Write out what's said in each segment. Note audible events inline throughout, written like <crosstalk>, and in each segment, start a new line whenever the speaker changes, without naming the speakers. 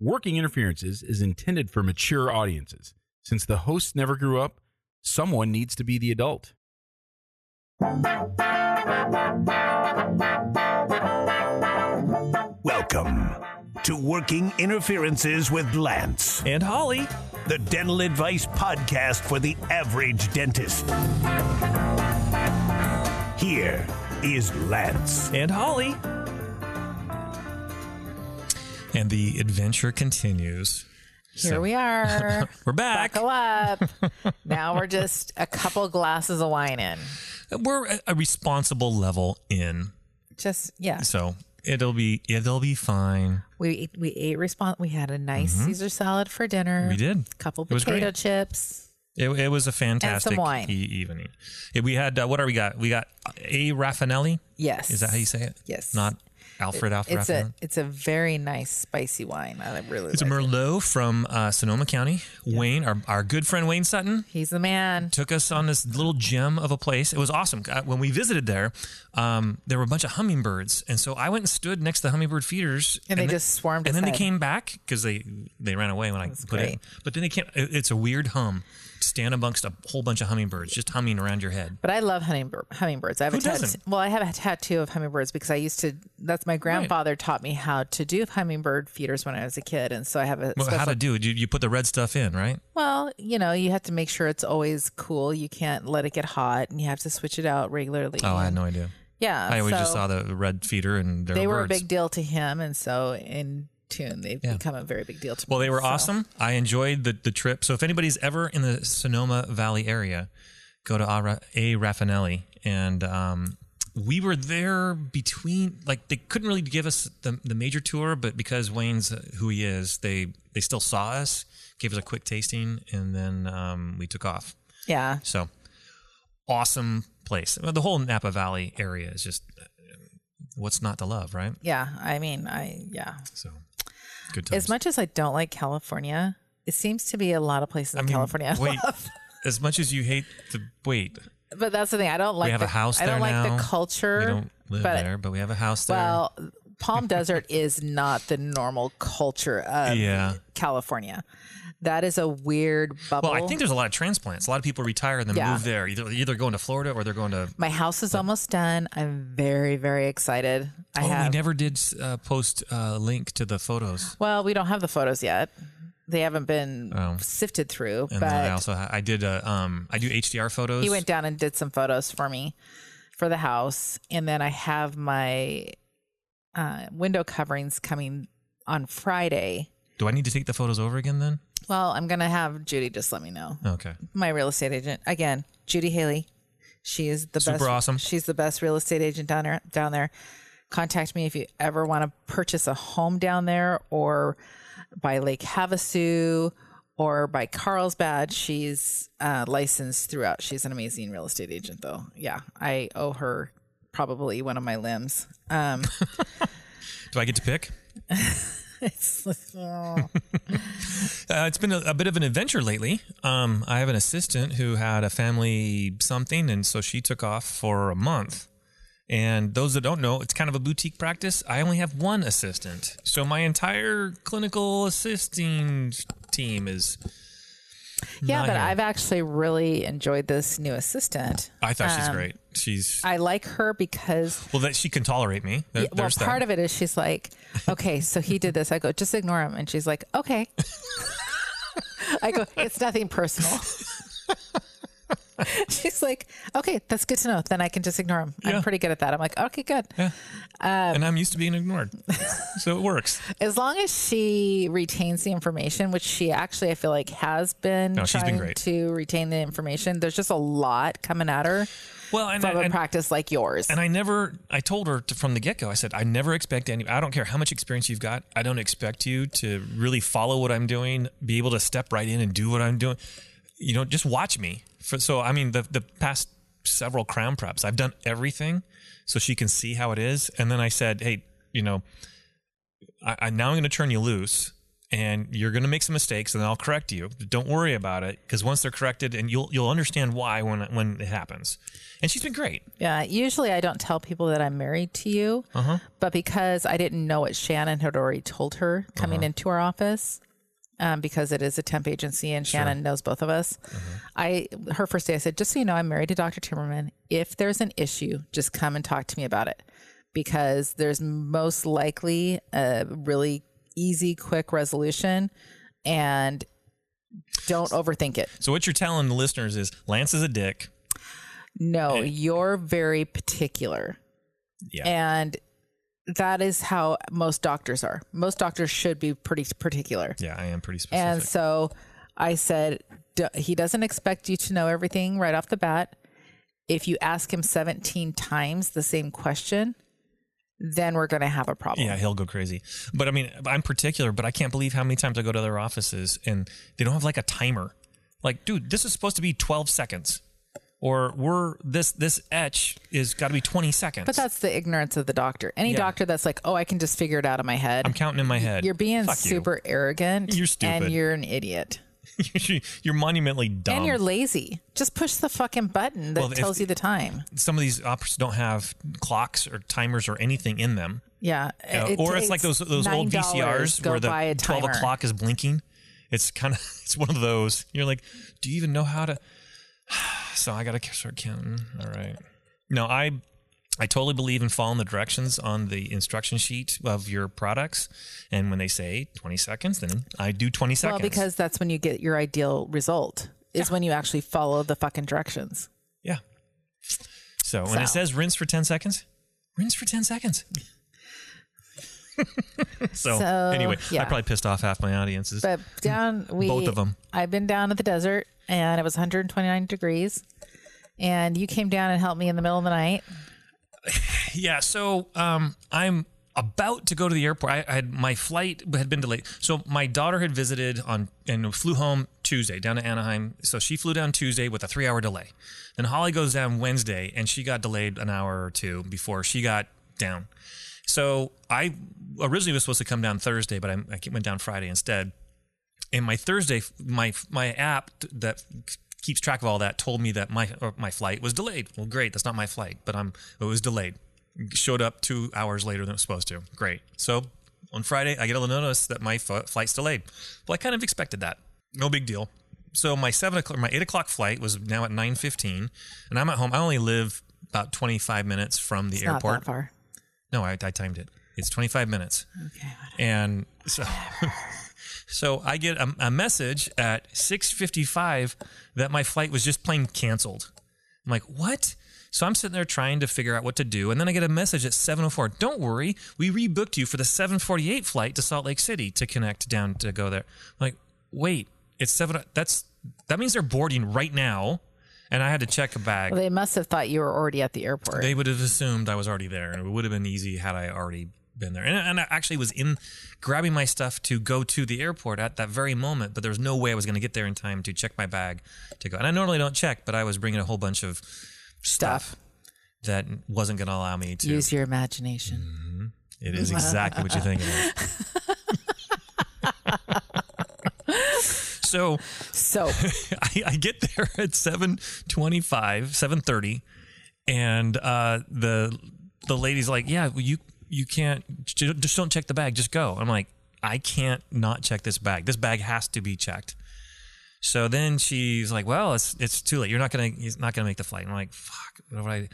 Working Interferences is intended for mature audiences. Since the hosts never grew up, someone needs to be the adult.
Welcome to Working Interferences with Lance,
And Holly.
the dental advice podcast for the average dentist. Here is Lance.
and Holly. And the adventure continues.
Here
So- <laughs>
we are.
We're back. <laughs>
Buckle up. now we're just a couple glasses of wine in.
We're a- a responsible level in,
Just yeah.
so it'll be it'll be fine.
We we ate response. We had a nice Caesar salad for dinner.
Mm-hmm. We did.
Couple
It was
potato
great.
chips.
It, it was a fantastic
wine.
e- evening. Yeah, we had uh, what are we got? We got a Raffinelli.
Yes.
Is that how you say it?
Yes.
Not Alfred Alfred
It's
Raffinelli.
a it's a very nice spicy wine. I really.
it's a
like it.
Merlot from uh, Sonoma County. Wayne, our, our good friend Wayne Sutton,
He's the man.
took us on this little gem of a place. It was awesome. Uh, When we visited there, um, there were a bunch of hummingbirds, and so I went and stood next to the hummingbird feeders,
And they just swarmed
And
us
then
in.
they came back because they they ran away when I put it.
great.
But then they came. it- It's a weird hum. Stand amongst a whole bunch of hummingbirds, just humming around your head.
But I love hummingbird, hummingbirds. I have
Who
a tat-
doesn't?
Well, I have a tattoo of hummingbirds because I used to. That's my grandfather taught me how to do hummingbird feeders when I was a kid, and so I have a.
Well, how
special-
to do it? You, you put the red stuff in, right?
Well, you know, you have to make sure it's always cool. You can't let it get hot, and you have to switch it out regularly.
Oh, I had no idea.
Yeah,
I always
so
just saw the red feeder, and there
they
were
were a
birds.
big deal to him, and so in tune, they've become a very big deal to me.
Well, they were
so.
awesome. I enjoyed the, the trip. So if anybody's ever in the Sonoma Valley area, go to Ara- A Raffinelli. And um, we were there between, like, they couldn't really give us the, the major tour, but because Wayne's uh, who he is, they, they still saw us, gave us a quick tasting, and then um, we took off.
Yeah,
So awesome place. Well, The whole Napa Valley area is just uh, what's not to love, right?
yeah. I mean, I yeah.
So good times.
As much as I don't like California, it seems to be a lot of places in California. <laughs> I
wait,
love.
as much as you hate the wait,
But that's the thing. I don't like.
we have
the,
a house
I
there
don't like
now.
the culture.
We don't live
but-
there, but we have a house there.
Well,
<laughs>
Palm Desert is not the normal culture of
Yeah.
California. That is a weird bubble.
well, I think there's a lot of transplants. A lot of people retire and then
Yeah.
move there. Either either going to Florida or they're going to.
my house is almost done. I'm very, very excited. I
oh,
have.
we never did uh, post a link to the photos.
well, we don't have the photos yet. They haven't been
Oh.
sifted through,
And then I
but
also ha- I did uh, um I do HDR photos.
he went down and did some photos for me for the house, and then I have my uh, window coverings coming on Friday.
do I need to take the photos over again then?
Well, I'm gonna have Judy just let me know.
Okay.
my real estate agent again, Judy Haley. She is the
Super
best.
awesome.
She's the best real estate agent down there. Down there, contact me if you ever want to purchase a home down there or by Lake Havasu or by Carlsbad. She's uh, licensed throughout. She's an amazing real estate agent, though. Yeah, I owe her probably one of my limbs. Um, <laughs>
Do I get to pick? <laughs>
it's,
Uh, it's been a, a bit of an adventure lately. Um, I have an assistant who had a family something, and so she took off for a month. And those that don't know, it's kind of a boutique practice. I only have one assistant, so my entire clinical assisting team is.
yeah,
not
but
here.
I've actually really enjoyed this new assistant.
I thought
Um,
she's great. She's
I like her because
well that she can tolerate me. There-
Yeah, well,
there's
part
that.
of it is she's like, okay, so he did this. I go, just ignore him. And she's like, okay. <laughs> I go, it's nothing personal. <laughs> she's like, okay, that's good to know. Then I can just ignore him.
Yeah.
I'm pretty good at that. I'm like, okay, good.
and I'm used to being
<laughs>
ignored, so it works.
As long as she retains the information, which she actually, I feel like, has been
No, she's
trying
been great.
to retain the information. There's just a lot coming at her
Well, and,
from a
and,
practice like yours.
And I never, I told her to, from the get go, I said, I never expect any, I don't care how much experience you've got. I don't expect you to really follow what I'm doing, be able to step right in and do what I'm doing. You know, just watch me. For, so, I mean, the, the past several crown preps, I've done everything so she can see how it is. And then I said, hey, you know, I, I now I'm going to turn you loose and you're going to make some mistakes and I'll correct you. Don't worry about it because once they're corrected and you'll you'll understand why when when it happens. And she's been great.
Yeah, usually I don't tell people that I'm married to you, but because I didn't know what Shannon had already told her coming into our office, um, because it is a temp agency and Shannon knows both of us. I her first day I said, just so you know, I'm married to Dr. Timmerman. If there's an issue, just come and talk to me about it, because there's most likely a really easy, quick resolution, and don't overthink it.
So what you're telling the listeners is Lance is a dick.
No, you're very particular.
Eh. Yeah.
And that is how most doctors are. Most doctors should be pretty particular.
Yeah, I am pretty specific.
And so I said, D- he doesn't expect you to know everything right off the bat. If you ask him 17 times the same question, then we're going to have a problem.
yeah, he'll go crazy. But I mean, I'm particular, but I can't believe how many times I go to their offices and they don't have like a timer. Like, dude, this is supposed to be 12 seconds. Or we're this this etch is got to be 20 seconds.
But that's the ignorance of the doctor. Any
Yeah.
doctor that's like, oh, I can just figure it out in my head.
I'm counting in my head.
you're being
Fuck you.
super arrogant.
You're stupid.
And you're an idiot.
<laughs> you're monumentally dumb.
And you're lazy. Just push the fucking button that
Well, if-
tells you the time.
some of these operas don't have clocks or timers or anything in them.
Yeah.
Uh,
it
or it's like those
takes
those old
$9
VCRs
go
where
buy
the
a
twelve
timer.
o'clock is blinking. It's kind of <laughs> it's one of those. You're like, do you even know how to? <sighs> so I got to start counting. All right. No, I I totally believe in following the directions on the instruction sheet of your products. And when they say 20 seconds, then I do 20 seconds.
Well, because that's when you get your ideal result. Is when you actually follow the fucking directions.
yeah. So when it
So.
says rinse for 10 seconds, rinse for 10 seconds. <laughs> so,
So,
anyway,
yeah.
I probably pissed off half my audiences.
But down we
Both of 'em.
I've been down at the desert and it was 129 degrees, and you came down and helped me in the middle of the night.
Yeah, so um, I'm about to go to the airport. I, I had my flight had been delayed, so my daughter had visited on and flew home Tuesday down to Anaheim. So she flew down Tuesday with a three hour delay. Then Holly goes down Wednesday, and she got delayed an hour or two before she got down. So I originally was supposed to come down Thursday, but I, I went down Friday instead and my Thursday, my my app t- that keeps track of all that told me that my or my flight was delayed. Well, great, that's not my flight, but I'm it was delayed. Showed up two hours later than it was supposed to. Great. So on Friday, I get a little notice that my fu- flight's delayed. Well, I kind of expected that. No big deal. So my seven o'clock, my eight o'clock flight was now at nine fifteen, and I'm at home. I only live about twenty five minutes from the
It's
airport.
Not that far.
No, I, I timed it. It's 25 minutes. Okay. And so, <laughs> so I get a, a message at 6:55 that my flight was just plain canceled. I'm like, what? So I'm sitting there trying to figure out what to do, and then I get a message at 7:04. Don't worry, we rebooked you for the 7:48 flight to Salt Lake City to connect down to go there. I'm like, wait, it's seven. That's that means they're boarding right now, and I had to check a bag.
Well, they must have thought you were already at the airport.
They would have assumed I was already there, and it would have been easy had I already been there. And, and I actually was in grabbing my stuff to go to the airport at that very moment, but there was no way I was going to get there in time to check my bag to go. And I normally don't check, but I was bringing a whole bunch of stuff,
Stuff.
that wasn't going to allow me to.
Use your imagination.
it is exactly what you think it is. so
So
<laughs> I, I get there at 725 730 and uh, the the lady's like yeah well, you you can't j- just don't check the bag just go i'm like i can't not check this bag this bag has to be checked so then she's like well it's it's too late you're not gonna he's not gonna make the flight i'm like fuck what do I do?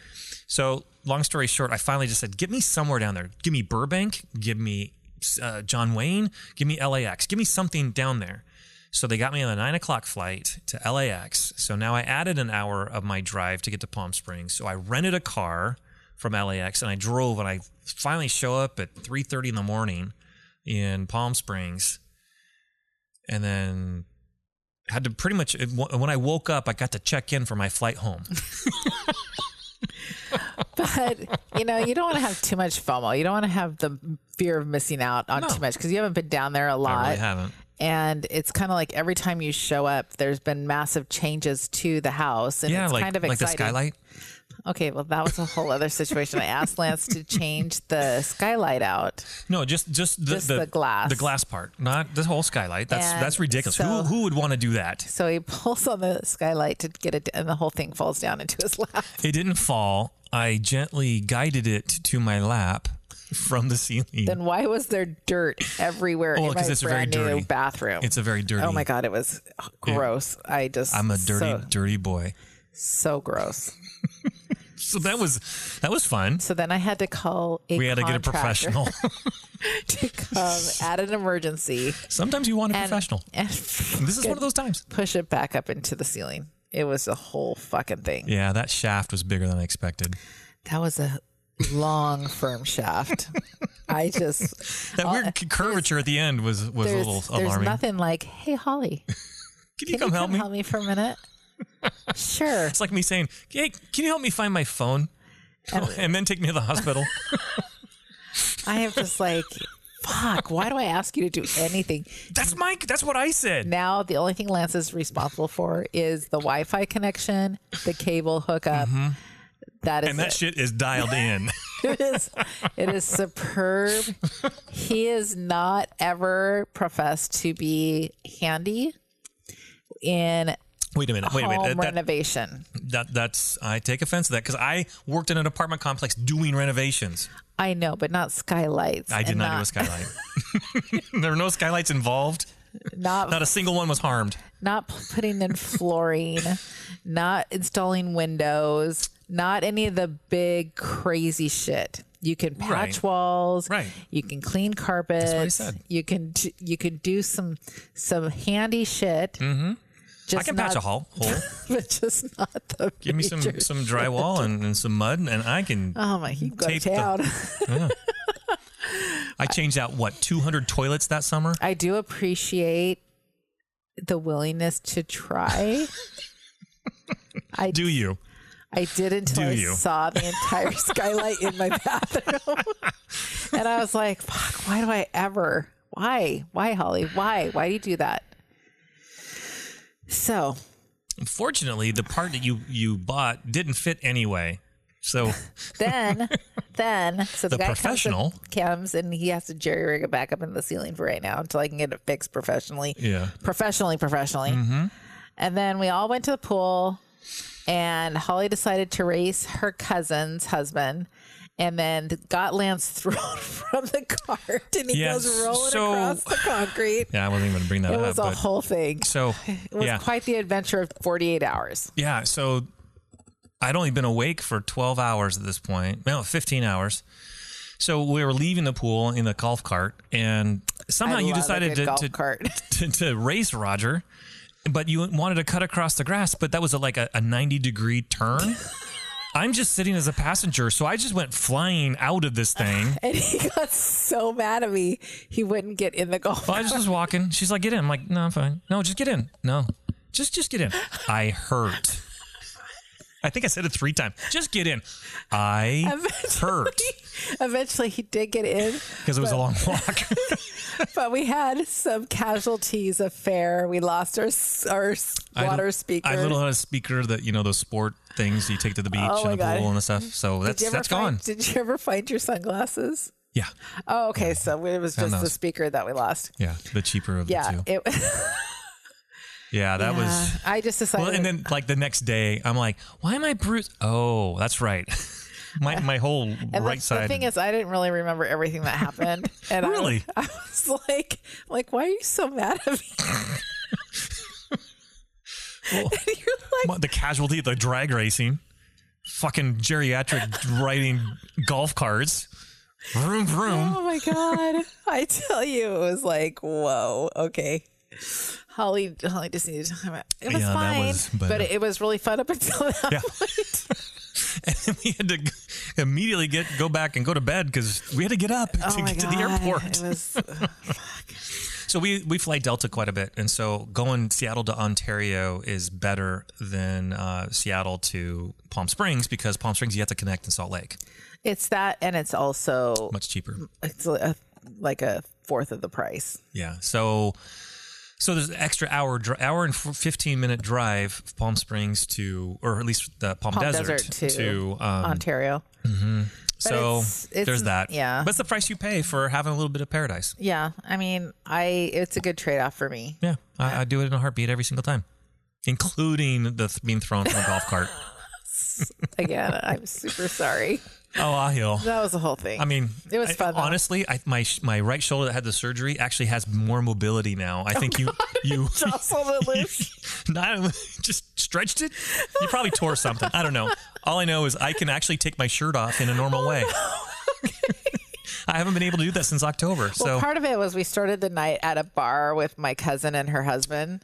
so long story short i finally just said get me somewhere down there give me burbank give me uh, john wayne give me lax give me something down there so they got me on a nine o'clock flight to LAX. So now I added an hour of my drive to get to Palm Springs. So I rented a car from LAX and I drove and I finally show up at three thirty in the morning in Palm Springs. And then had to pretty much when I woke up, I got to check in for my flight home.
but you know you don't want to have too much FOMO. You don't want to have the fear of missing out on
No.
too much because you haven't been down there a lot.
I really haven't.
and it's kind of like every time you show up, there's been massive changes to the house, and
yeah,
it's
like
kind of
like the
exciting.
skylight.
Okay, well, that was a whole other situation. I asked Lance to change the skylight out.
No, just just the,
Just
the
the glass.
the glass part, not the whole skylight. That's
And
that's ridiculous. who
so-
who would want to do that?
So he pulls on the skylight to get it, and the whole thing falls down into his lap.
It didn't fall. I gently guided it to my lap from the ceiling.
Then why was there dirt everywhere
Well,
in my
'cause it's a very
brand new
dirty-
bathroom?
it's a very dirty.
Oh my god, it was gross. I just
I'm a dirty
so,
dirty boy.
so gross.
So that was that was fun.
So then I had to call a
We had to get a
contractor
professional.
<laughs>
<laughs>
to come at an emergency.
Sometimes you want a professional.
And
This is one of those times.
push it back up into the ceiling. It was a whole fucking thing.
Yeah, that shaft was bigger than I expected.
That was a long firm shaft.
<laughs>
I just
That weird c- curvature at the end was was a
there's,
little
there's
alarming.
nothing like, hey Holly, can
can you come help me?
for
<laughs>
a minute? sure.
It's like me saying, "Hey, can you help me find my phone?" <laughs> and then take me to the
<laughs>
hospital.
I am just like, fuck, why do I ask you to do anything?
that's my. That's what I said.
Now the only thing Lance is responsible for is the Wi Fi connection, the cable hookup. That
Mm-hmm.
is
and that
<laughs> it.
shit is dialed
<laughs>
in.
it is it is superb. he is not ever professed to be handy in
wait a minute. Wait a
home
minute. That, that,
renovation.
that- that's. I take offense to that because I worked in an apartment complex doing renovations.
I know, but not skylights.
I did
and
not, do a skylight. <laughs> there were no skylights involved.
Not
Not a single one was harmed.
not p- putting
<laughs>
in flooring, not installing windows, not any of the big crazy shit. You can patch
Right.
walls,
Right.
You can clean carpets.
what I said.
You can d- you can do some some handy shit. Mm-hmm. Just
I can
not,
patch a hole. hole.
<laughs> but just not the.
Give me
<laughs>
some
major
some
shit.
drywall and, and some mud, and I can.
Oh my, you go to
tape the-
town.
I changed out what 200 toilets that summer.
I do appreciate the willingness
<laughs>
to try. I
Do you?
I did until
Do
I
you?
saw the
<laughs>
entire skylight in my bathroom. and I was like, fuck, why do I ever? Why? Why, Holly? Why? Why do you do that? So
Fortunately, the part that you you bought didn't fit anyway.
<laughs>
So <laughs>
then, then, so
The
the, guy comes and-
professional.
comes, and he has to jerry rig it back up in the ceiling for right now until I can get it fixed professionally.
yeah. Mm-hmm.
Professionally, professionally. And then we all went to the pool, and Holly decided to race her cousin's husband. And then got Lance <laughs> thrown from the cart, and he
Yeah,
goes rolling
so-
across the concrete.
<laughs> Yeah, I wasn't even gonna bring that
It
up.
was a
but-
whole thing.
so
<laughs> It was
yeah,
quite the adventure of 48 hours.
yeah. So I'd only been awake for 12 hours at this point. No, 15 hours. So we were leaving the pool in the golf cart, and somehow
I
you
love a
decided
good
to,
golf
to,
cart.
<laughs> to to race Roger, but you wanted to cut across the grass, but that was a, like a, a 90 degree
<laughs>
turn. I'm just sitting as a passenger, so I just went flying out of this thing.
And he <laughs> got so mad at me, he wouldn't get in the golf.
Well, I just was walking. She's like, "Get in." I'm like, "No, I'm fine. No, just get in. No, just just get in." I hurt. I think I said it three times. Just get in.
<laughs>
I hurt
Eventually, he did
<laughs>
get in,
because it was a long walk. <laughs>
but we had some casualties of fare. We lost our s- our s-
I
water
don't-
speaker.
I little had a speaker that you know those sport things you take to the beach
Oh my
and the
God.
pool and the stuff. So
did you
that's
ever
that's
find,
gone.
Did you ever find your sunglasses?
Yeah,
Oh, okay. So it was just the
knows?
speaker that we lost.
yeah. The cheaper of
Yeah.
the two.
It,
yeah, that was.
Yeah, <laughs> I just decided.
Well, and then like the next day, I'm like, why am I bruised? Oh, that's right. <laughs> my my whole
and the-
right
the,
side.
thing is, I didn't really remember everything
<laughs>
that happened. And I-
Really?
<laughs> I, was like, like, why are you so mad at me? <laughs>
Well,
You're like,
Well, the casualty of the drag racing, fucking geriatric <laughs> riding golf carts, vroom vroom.
Oh my god! I tell you, it was like, whoa, okay. Holly, Holly just needed time out. It was
Yeah, that
fine,
was- but- uh,
but, it was really fun up until that.
Yeah. <laughs> and then <laughs> we had to g- immediately get go back and go to bed because we had to get up <laughs>
Oh
to
my
get to the
God,
airport.
It was
So we we fly Delta quite a bit, and so going Seattle to Ontario is better than uh, Seattle to Palm Springs because Palm Springs you have to connect in Salt Lake,
it's that, and it's also
much cheaper.
it's a, like a fourth of the price.
Yeah. So So there's an extra hour, dr- hour and f- fifteen minute drive of Palm Springs to, or at least the Palm,
Palm
Desert,
Desert
to, um,
Ontario.
So
it's- it's-
there's that.
yeah.
but it's the price you pay for having a little bit of paradise.
Yeah, I mean, I it's a good trade off for me.
Yeah, I, I do it in a heartbeat every single time, including the th- being thrown from a golf
<laughs>
cart.
Again, <laughs> I'm super sorry.
Oh, I heal.
That was the whole thing. <laughs>
I mean,
It was
I-
fun, though.
honestly, I, my sh- my right shoulder that had the surgery actually has more mobility now.
<laughs> Oh
I think you you
jostled it loose.
not just stretched it. You probably tore something. I don't know. All I know is I can actually take my shirt off in a
Oh,
normal way.
<laughs>
I haven't been able to do that since October.
Well,
<laughs> So
part of it was we started the night at a bar with my cousin and her husband.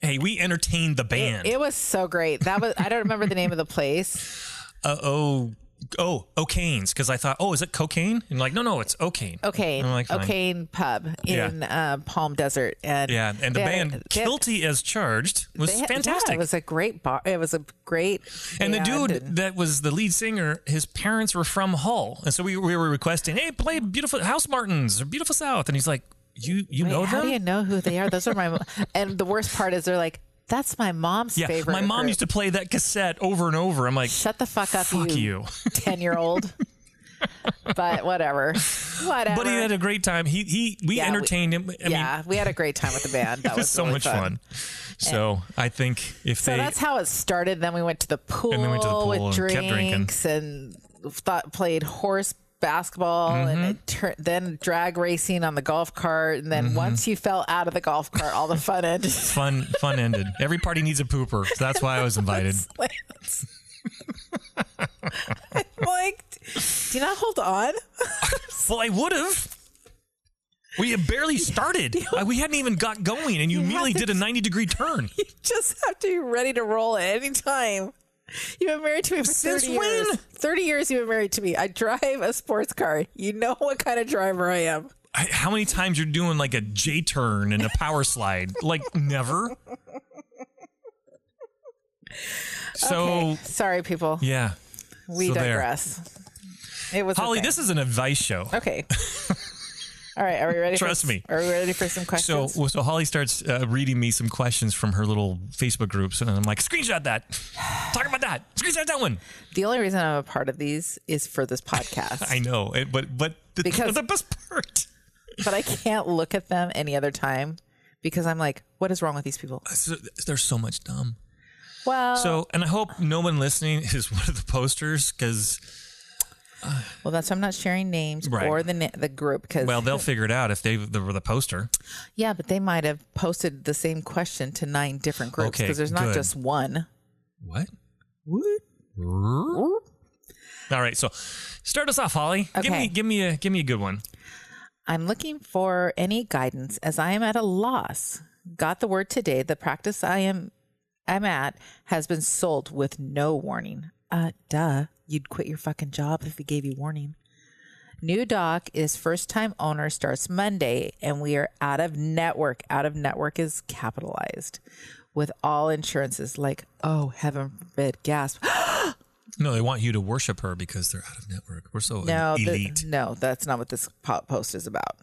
hey, we entertained the band.
It was so great. That was I don't remember the name of
<laughs>
the place.
uh, oh. Oh, O'Kane's, because I thought, oh, is it cocaine? And like, no, no, it's O'Kane.
Okay,
I'm like, fine.
O'Kane Pub in uh, Palm Desert, and
Yeah, and the
they-
band
they-
Guilty as Charged was
they had- yeah,
fantastic.
it was a great bar. It was a great
And the
band
dude
and-
that was the lead singer, his parents were from Hull, and so we, we were requesting, "Hey, play beautiful House Martins or Beautiful South," and he's like, "You you
Wait,
know
how
them?
do you know who they are? Those are
<laughs>
my. mo- and the worst part is they're like, that's my mom's
yeah,
favorite.
my mom
group."
used to play that cassette over and over. I'm like,
Shut the fuck up,
fuck you. <laughs>
10 year old. but whatever. Whatever.
But he had a great time. He he we
Yeah, we-
entertained him. I mean,
yeah, we had a great time with the band.
<laughs>
That
it was so
really
much fun. So I think if
So
they
that's <laughs> how it started. Then we went to the pool,
then we went to the pool
with
and kept drinking.
drinks and thought played horse basketball
Mm-hmm.
and it tur- then drag racing on the golf cart. And
Mm-hmm.
then once you fell out of the golf cart, all the fun <laughs> ended.
fun fun ended. Every party needs a pooper. So that's why I was
<laughs>
invited.
like, do you not hold on? <laughs>
Well, I would have. We had barely
<laughs>
started. I- we hadn't even got going, and you,
had
immediately
to
did a 90 degree turn.
Just have to be ready to roll at any time. You've been married to me for
Since
30 years.
when?
30 years you've been married to me. I drive a sports car. You know what kind of driver I am.
I- how many times you're doing like a J turn and a power slide? Like never. So
Okay. Sorry, people.
yeah,
we
so there.
digress. It was
Holly,
okay.
this is an advice show.
Okay. All right. Are we
<laughs>
ready?
Trust
for,
me.
Are we ready for some
So
questions?
well, so Holly starts uh, reading me some questions from her little Facebook groups, and I'm like, screenshot that, talk about that, screenshot that one.
the only reason I'm a part of these is for
<laughs>
this podcast,
I know, it, but but the,
Because-
the best part.
but I can't look at them any other time because I'm like, what is wrong with these people?
So, there's so much dumb.
Well,
So, and I hope no one listening is one of the posters because,
well, that's why I'm not sharing names
Right.
or the na- the group because
well, they'll figure it out if they were the poster.
Yeah, but they might have posted the same question to nine different groups
Okay,
because there's not
good.
just one.
What? All right, so start us off, Holly. Give
Okay.
me, give me a, give me a good one.
I'm looking for any guidance as I am at a loss. Got the word today. The practice I am I'm at has been sold with no warning. Uh duh. You'd quit your fucking job if we gave you warning. New doc is first time owner starts Monday and we are out of network. Out of network is capitalized with all insurances like oh heaven forbid gasp <gasps>
No, they want you to worship her because they're out of network. We're so
No, the-
elite.
no, that's not what this po- post is about.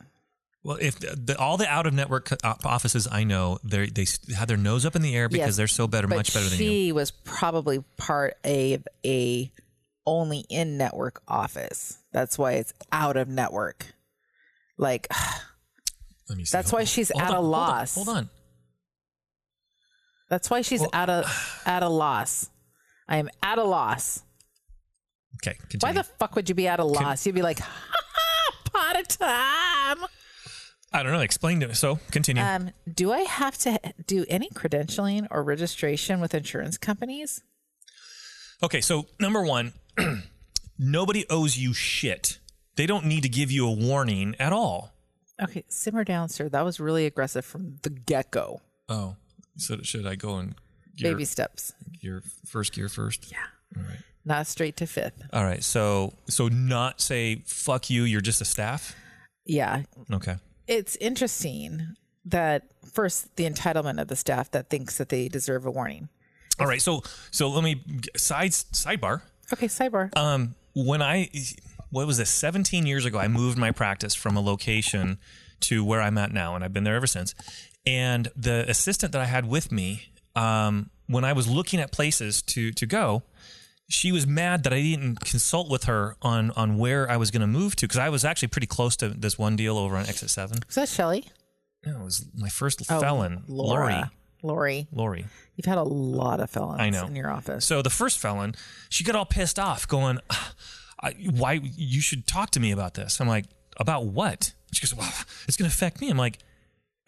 well, if the, the, all the out of network co- op- offices I know, they they s- had their nose up in the air because
Yes,
they're so better,
but
much better than you.
she was probably part of a only in network office. That's why it's out of network. Like <sighs>
Let me see.
that's
Hold
why
on.
she's
Hold
at
on,
a
hold on,
loss.
Hold on.
that's why she's
Well- <sighs>
at a at a loss. I am at a loss.
Okay, continue.
Why the fuck would you be at a loss? You'd be like, <laughs> ha, ha, pot of time.
I don't know. Explain to So continue.
Um, do I have to do any credentialing or registration with insurance companies?
Okay, so number one, <clears throat> nobody owes you shit. They don't need to give you a warning at all.
Okay, simmer down, sir. That was really aggressive from the get go.
Oh, so should I go in
Baby steps,
your first gear first? Yeah. All right.
not straight to fifth.
All right. So so not say fuck you. You're just a staff.
Yeah.
Okay.
It's interesting that first, the entitlement of the staff that thinks that they deserve a warning.
All right. So so let me side sidebar.
Okay, sidebar.
Um, when I what was this? Seventeen years ago, I moved my practice from a location to where I'm at now, and I've been there ever since. And the assistant that I had with me, um, when I was looking at places to to go, she was mad that I didn't consult with her on on where I was going to move to because I was actually pretty close to this one deal over on Exit Seven.
Is that Shelly?
No, it was my first felon, Lori.
Oh, Laura. Lori.
Lori.
You've had a lot of felons
I know.
in your office.
So the first felon, she got all pissed off, going, "Ah, I, "Why you should talk to me about this?" I'm like, "About what?" She goes, well, "It's going to affect me." I'm like,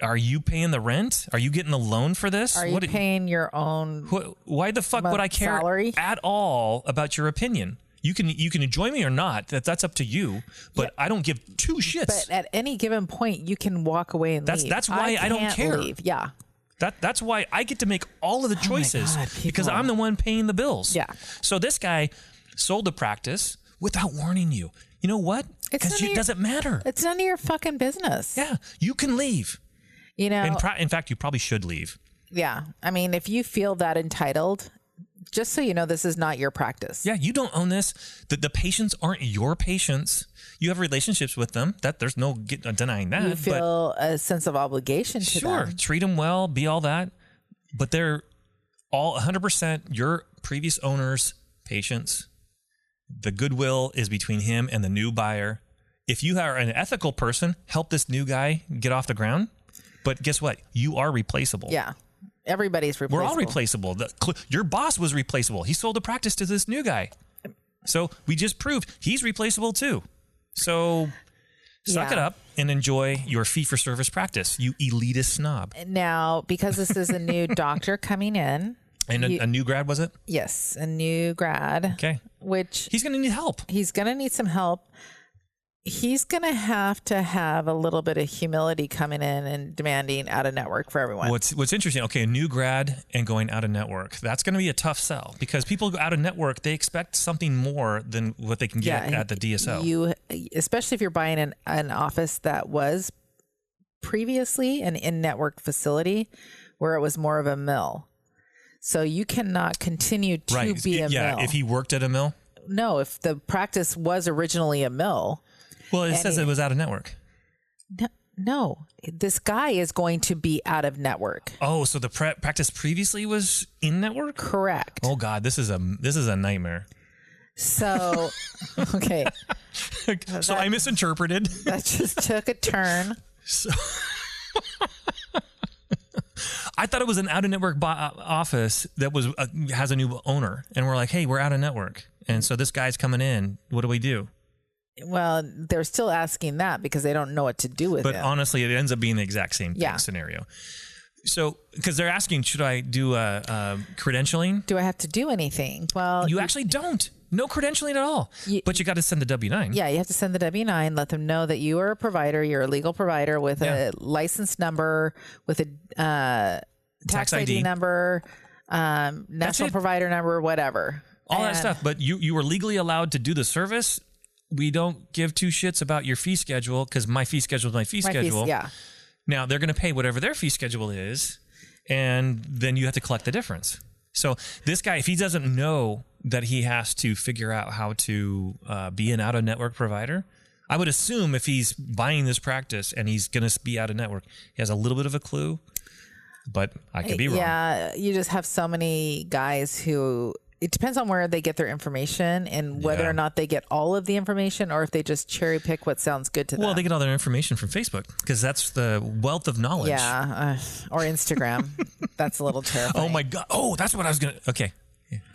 "Are you paying the rent? Are you getting a loan for this?
Are you
What-
paying your own?
wh- why the fuck would I
Month's
care
salary?
at all about your opinion? You can you can enjoy me or not. That that's up to you. But I don't give two shits.
But at any given point, you can walk away and
That's-
leave.
that's why I don't
can't
care.
Leave. Yeah,
That that's why I get to make all of the choices
Oh God,
because
people.
I'm the one paying the bills.
Yeah.
So this guy sold the practice without warning you. You know what?
It's
Because
none of
it
your-
doesn't matter.
it's none of your fucking business.
Yeah, you can leave.
you know.
In, pro- in fact, you probably should leave.
yeah, I mean, if you feel that entitled, just so you know, this is not your practice.
Yeah, you don't own this. The, the patients aren't your patients. You have relationships with them. That there's no get, uh, denying that.
you feel a sense of obligation
but
to
sure,
them.
treat them well, be all that. But they're all 100% your previous owner's patients. The goodwill is between him and the new buyer. If you are an ethical person, help this new guy get off the ground. But guess what? You are replaceable.
Yeah, everybody's replaceable.
We're all replaceable. The, cl- your boss was replaceable. He sold the practice to this new guy. So we just proved he's replaceable too. So suck
Yeah.
it up and enjoy your fee for service practice, you elitist snob.
Now, because this is
<laughs>
a new doctor coming in,
And a, a new grad, was it?
yes, a new grad,
Okay.
which
He's going to need help.
he's going to need some help. He's going to have to have a little bit of humility coming in and demanding out of network for everyone.
What's what's interesting? Okay, a new grad and going out of network. That's going to be a tough sell because people go out of network. They expect something more than what they can get at the DSO.
You, especially if you're buying an, an office that was previously an in network facility where it was more of a mill. So you cannot continue to
right?
be a
yeah.
mill.
If he worked at a mill,
no, if the practice was originally a mill,
well, it says it was out of network.
no, no, this guy is going to be out of network.
Oh, so the pre- practice previously was in network.
Correct.
Oh God, this is a this is a nightmare.
<laughs> So, okay.
<laughs> so I misinterpreted.
that just took a turn.
I thought it was an out of network bo- uh, office that was uh, has a new owner, and we're like, hey, we're out of network, and so this guy's coming in. What do we do?
Well, they're still asking that because they don't know what to do with
But
it.
honestly, it ends up being the exact same thing,
Yeah.
scenario. So because they're asking, should I do uh, uh, credentialing?
do I have to do anything? Well,
You actually don't. No credentialing at all. but you got to send the W nine.
yeah, you have to send the W 9, let them know that you are a provider, you're a legal provider with
Yeah.
a license number, with a uh, tax,
Tax
ID,
ID.
number, um, national
it.
provider number, whatever.
all
And-
that stuff. But you you were legally allowed to do the service. We don't give two shits about your fee schedule because my fee schedule is my fee
My fees-
schedule.
yeah.
Now they're going to pay whatever their fee schedule is, and then you have to collect the difference. So this guy, if he doesn't know that he has to figure out how to uh, be an out of network provider, I would assume if he's buying this practice and he's going to be out of network, he has a little bit of a clue. But I could be wrong.
Yeah, you just have so many guys who it depends on where they get their information and whether
Yeah.
or not they get all of the information or if they just cherry pick what sounds good to them.
Well, they get all their information from Facebook because that's the wealth of knowledge.
yeah, uh,
<laughs>
or Instagram. That's a little terrifying.
Oh my god! Oh, that's what I was gonna. Okay,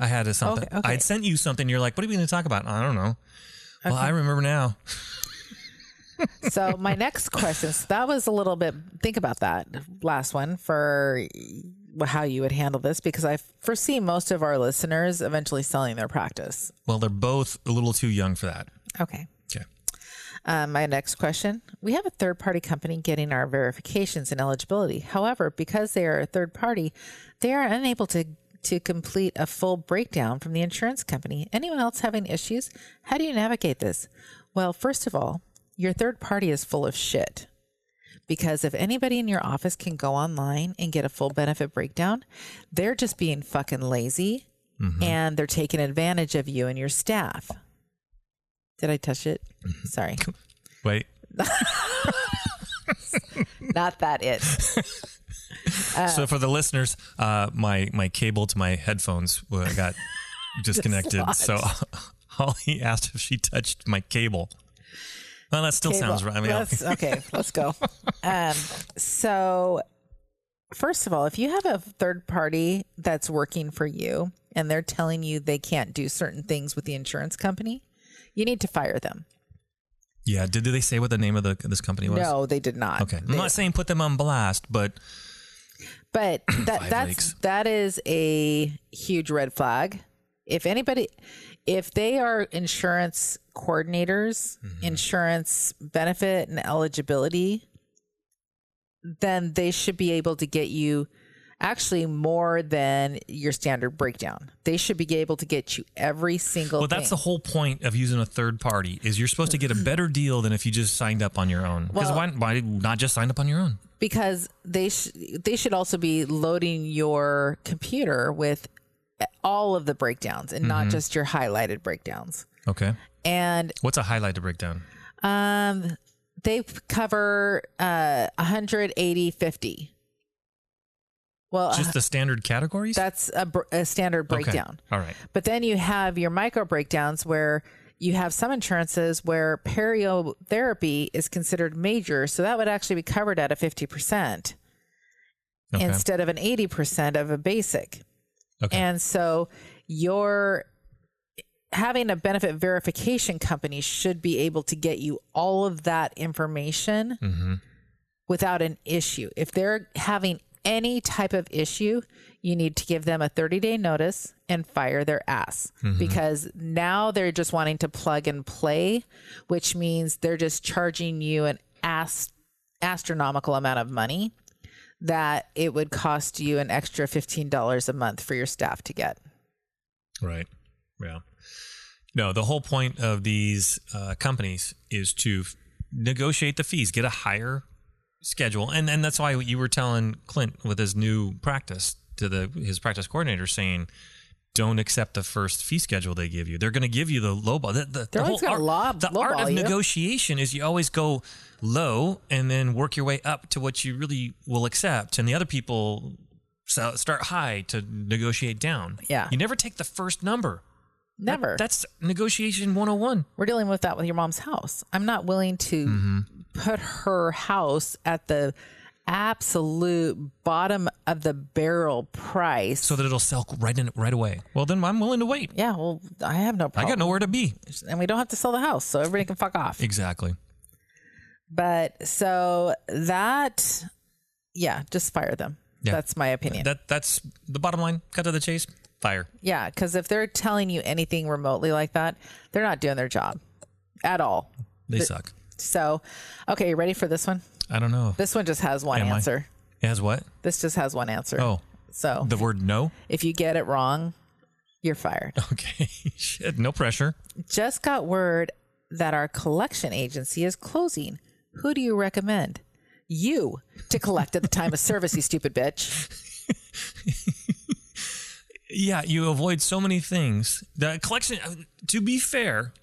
I had a something.
Okay, okay.
I had sent you something. You're like, what are we gonna talk about? I don't know. Well, I remember now. Oh
So my next question. So that was a little bit. Think about that last one for how you would handle this because I foresee most of our listeners eventually selling their practice.
Well, they're both a little too young for that. Okay.
Okay. Um, my next question We have a third party company getting our verifications and eligibility. However, because they are a third party, they are unable to, to complete a full breakdown from the insurance company. Anyone else having issues? How do you navigate this? Well, first of all, your third party is full of shit. Because if anybody in your office can go online and get a full benefit breakdown, they're just being fucking lazy and they're taking advantage of you and your staff. Did I touch it? Sorry.
Wait. <laughs>
Not that it.
so for the listeners, uh, my my cable to my headphones uh,
<laughs>
got disconnected. So <laughs> Holly asked if she touched my cable. Well, that still
Okay,
sounds
well,
right. I mean,
let's- okay,
<laughs>
let's go. Um, so, first of all, if you have a third party that's working for you and they're telling you they can't do certain things with the insurance company, you need to fire them.
yeah. Did they say what the name of the this company was?
No, they did not.
Okay. I'm
They-
not saying put them on blast, but <clears throat>
but that
Five
that's
legs.
that is a huge red flag. If anybody, if they are insurance coordinators,
Mm-hmm.
insurance benefit and eligibility, then they should be able to get you actually more than your standard breakdown. They should be able to get you every single.
well, that's the
thing.
whole point of using a third party is you're supposed to get a better deal than if you just signed up on your own. Because
Well-
why, why not just sign up on your own?
because they sh- they should also be loading your computer with all of the breakdowns and
Mm-hmm.
not just your highlighted breakdowns.
Okay.
And
What's a highlight to break down?
Um, they cover uh 180 50. Well, uh,
Just the standard categories?
that's a, br- a standard
Okay.
breakdown.
All right.
But then you have your micro breakdowns where you have some insurances where periotherapy is considered major, so that would actually be covered at a 50%
Okay.
instead of an 80% of a basic.
okay.
And so your having a benefit verification company should be able to get you all of that information without an issue. If they're having any type of issue, you need to give them a 30 day notice and fire their ass because now they're just wanting to plug and play, which means they're just charging you an ass, astronomical amount of money that it would cost you an extra $15 a month for your staff to get.
Right. Yeah. No, the whole point of these uh, companies is to f- negotiate the fees, get a higher schedule, and and that's why you were telling Clint with his new practice to the his practice coordinator saying. Don't accept the first fee schedule they give you. They're going to give you the low ball. The, the, the
They're
whole
always gonna
art,
lob-
the
low
art of
ball you.
negotiation is you always go low and then work your way up to what you really will accept, and the other people so start high to negotiate down.
Yeah.
You never take the first number. That-
Never.
that's negotiation 101.
We're dealing with that with your mom's house. I'm not willing to
Mm-hmm.
put her house at the absolute bottom of the barrel price.
So that it'll sell right in right away. Well, then I'm willing to wait.
yeah, well, I have no
I
problem.
got nowhere to be.
and we don't have to sell the house, so everybody can fuck off.
Exactly.
But so that, yeah, just fire them.
Yeah.
That's my opinion.
That that's the bottom line. Cut to the chase. Fire.
yeah, because if they're telling you anything remotely like that, they're not doing their job at all.
They suck.
So, okay, you ready for this one?
I don't know.
This one just has one
Am I?
answer.
It has what?
This just has one answer.
Oh,
So
the word no. <laughs>
If you get it wrong, you're fired.
Okay. Shit. No pressure.
Just got word that our collection agency is closing. Who do you recommend? You to collect at the time of service, you stupid bitch.
Yeah, you avoid so many things. The collection. uh, To be fair,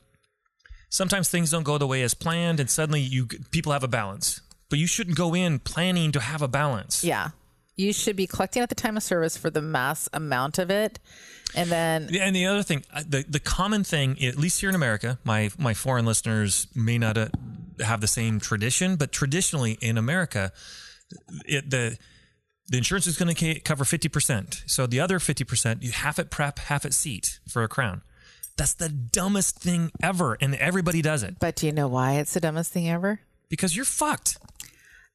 sometimes things don't go the way as planned, and suddenly you people have a balance. But you shouldn't go in planning to have a balance.
Yeah. You should be collecting at the time of service for the mass amount of it. And then,
Yeah, And the other thing, uh, the the common thing, at least here in America, my my foreign listeners may not uh, have the same tradition, but traditionally in America, it, the the insurance is going to cover fifty percent. So the other fifty percent, you half at prep, half at seat for a crown. That's the dumbest thing ever, and everybody does it
but do you know why it's the dumbest thing ever?
because you're fucked.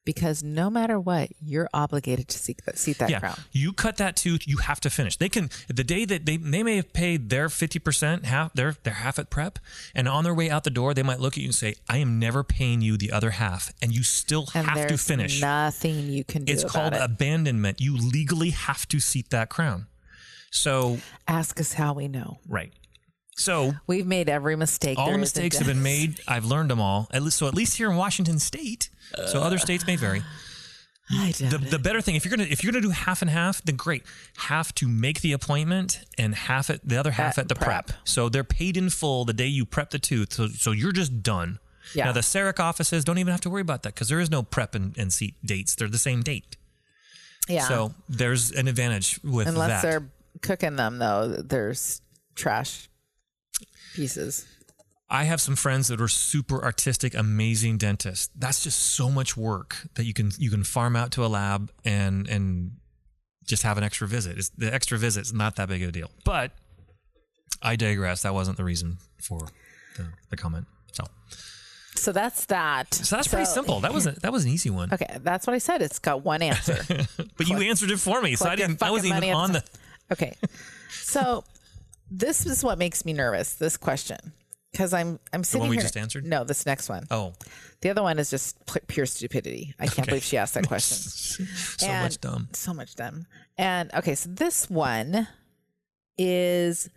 Because no matter what, you're obligated to seek that, seat that
yeah,
crown.
you cut that tooth, you have to finish. They can the day that they they may have paid their fifty percent half their their half at prep, and on their way out the door, they might look at you and say, "I am never paying you the other half," and you still
And
have to
there's
finish.
nothing you can do.
it's
about
called
it.
abandonment. You legally have to seat that crown. So
Ask us how we know.
right, so.
We've made every mistake.
All
there
the
is in
mistakes have been
death.
made. I've learned them all. At least, so at least here in Washington State. So other states may vary.
<laughs> I doubt
the,
it.
the better thing if you're gonna if you're gonna do half and half then great half to make the appointment and half at the other half
At
at the prep.
prep.
so they're paid in full the day you prep the tooth so, so you're just done
Yeah.
now the CEREC offices don't even have to worry about that because there is no prep and, and seat dates they're the same date
Yeah.
So there's an advantage with that.
Unless they're cooking them, though, there's trash pieces.
I have some friends that are super artistic, amazing dentists. That's just so much work that you can you can farm out to a lab and and just have an extra visit. It's, the extra visit's not that big of a deal. But I digress. That wasn't the reason for the, the comment. So
So that's that.
so that's pretty simple. That was a, that was an easy one.
Okay, that's what I said. It's got one answer.
<laughs> But you answered it for me, so I
Collect your
didn't. I
fucking
wasn't even
money
on the.
up Okay. So this is what makes me nervous, this question. Because I'm I'm sitting
one we
here-
just answered?
No, this next one.
Oh,
The other one is just pl- pure stupidity. I can't believe she asked that question.
<laughs> oh, so much dumb.
So much dumb. And okay, so this one is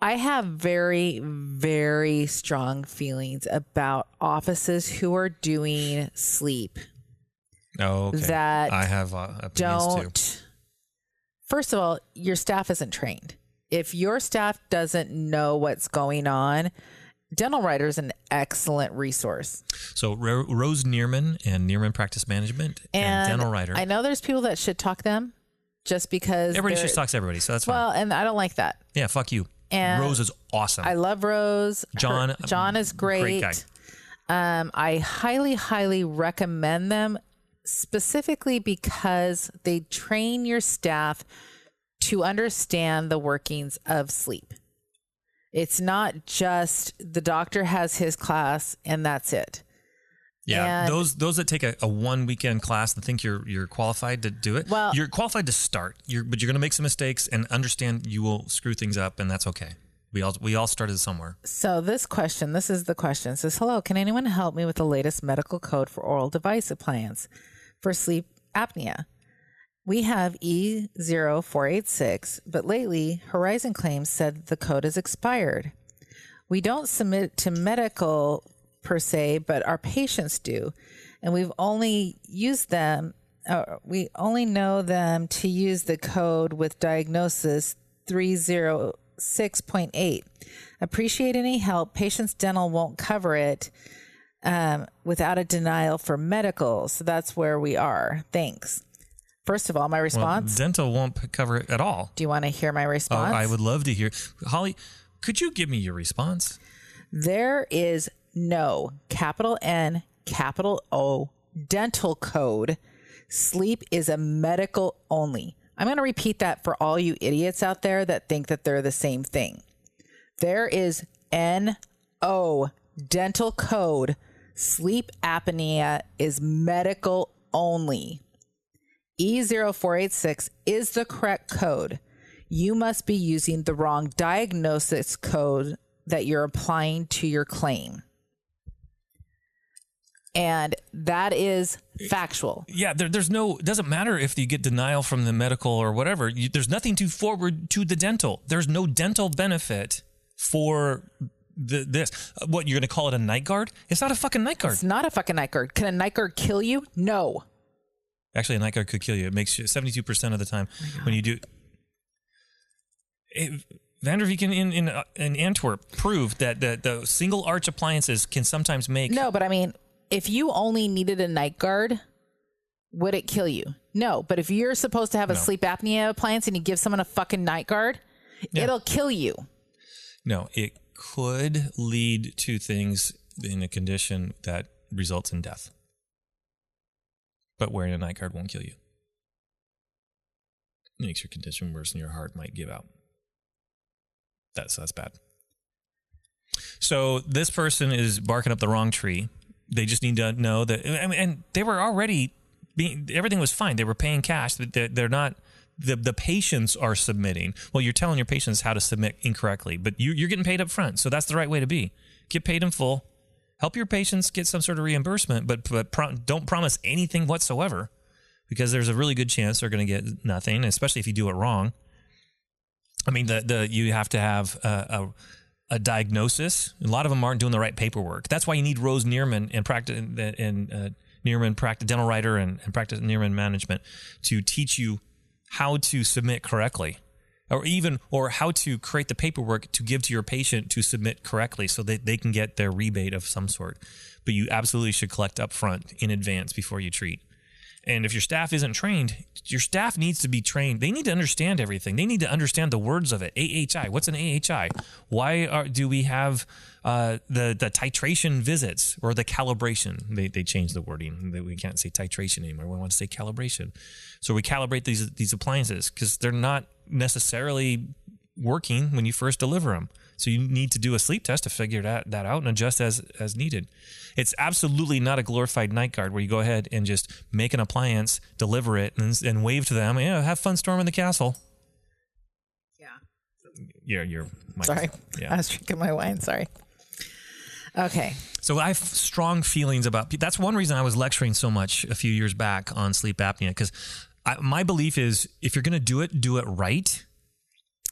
I have very, very strong feelings about offices who are doing sleep
Oh, okay.
that
I have uh, opinions
don't
too.
first of all your staff isn't trained if your staff doesn't know what's going on dental writer is an excellent resource
So Ro- Rose Neerman and Neerman Practice Management and,
and
Dental Writer.
i know there's people that should talk them just because
Everybody
they're-
just talks to everybody, so that's fine.
well and i don't like that
yeah, fuck you.
and
Rose is awesome.
i love rose Her-
John- um,
john is great,
great guy.
um i highly highly recommend them specifically because they train your staff to understand the workings of sleep. It's not just the doctor has his class and that's it.
yeah,
and-
those those that take a, a one weekend class and think you're you're qualified to do it.
Well-
you're qualified to start. You're but you're going to make some mistakes and understand you will screw things up, and that's okay. We all we all started somewhere.
So this question, this is the question. It says, "Hello, can anyone help me with the latest medical code for oral device appliance for sleep apnea?" We have E E0486, but lately Horizon Claims said the code is expired. We don't submit to medical per se, but our patients do. And we've only used them, uh, we only know them to use the code with diagnosis 306.8. Appreciate any help. Patients' dental won't cover it um, without a denial for medical. So that's where we are. Thanks. First of all, my
Well,
response.
dental won't p- cover it at all.
do you want to hear my
Oh,
response?
I would love to hear Holly. Could you give me your response?
There is no capital N, capital O dental code. Sleep is a medical only. I'm going to repeat that for all you idiots out there that think that they're the same thing. There is N O dental code. Sleep apnea is medical only. E E0486 is the correct code. You must be using the wrong diagnosis code that you're applying to your claim. And that is factual.
Yeah, there, there's no. It doesn't matter if you get denial from the medical or whatever. You, there's nothing to forward to the dental. There's no dental benefit for the, this. Uh, What you're going to call it a night guard? It's not a fucking night guard.
It's not a fucking night guard. Can a night guard kill you? No.
Actually, a night guard could kill you. It makes you 72 percent of the time
Oh
when you do. It, Vanderveken in in, uh, in Antwerp proved that that the single arch appliances can sometimes make
No, but I mean, if you only needed a night guard, would it kill you? No. But if you're supposed to have a
No.
sleep apnea appliance and you give someone a fucking night guard,
Yeah.
it'll kill you.
No, it could lead to things in a condition that results in death. But wearing a night guard won't kill you. It makes your condition worse and your heart might give out. That's that's bad. So this person is barking up the wrong tree. They just need to know that, I mean, and they were already being everything was fine. They were paying cash. That they're, they're not the the patients are submitting. Well, you're telling your patients how to submit incorrectly, but you, you're getting paid up front, so that's the right way to be. Get paid in full. Help your patients get some sort of reimbursement, but but pro- don't promise anything whatsoever, because there's a really good chance they're going to get nothing, especially if you do it wrong. I mean, the the you have to have a, a, a diagnosis. A lot of them aren't doing the right paperwork. That's why you need Rose Neerman and practice and, and uh, Neerman practice dental writer and, and practice Neerman management to teach you how to submit correctly, or even or how to create the paperwork to give to your patient to submit correctly, so that they can get their rebate of some sort. But you absolutely should collect up front in advance before you treat. And if your staff isn't trained, your staff needs to be trained. They need to understand everything. They need to understand the words of it. AHI. What's an AHI? Why are, do we have uh, the the titration visits or the calibration? They they changed the wording. They- We can't say titration anymore. We want to say calibration. So we calibrate these these appliances because they're not necessarily working when you first deliver them. So you need to do a sleep test to figure that, that out and adjust as as needed. It's absolutely not a glorified night guard where you go ahead and just make an appliance, deliver it, and, and wave to them. Yeah, have fun storming the castle.
Yeah.
Yeah, you're. Mike.
<laughs> Sorry. I
Yeah.
was drinking my wine. Sorry. Okay.
So I have strong feelings about. That's one reason I was lecturing so much a few years back on sleep apnea because my belief is if you're going to do it, do it right.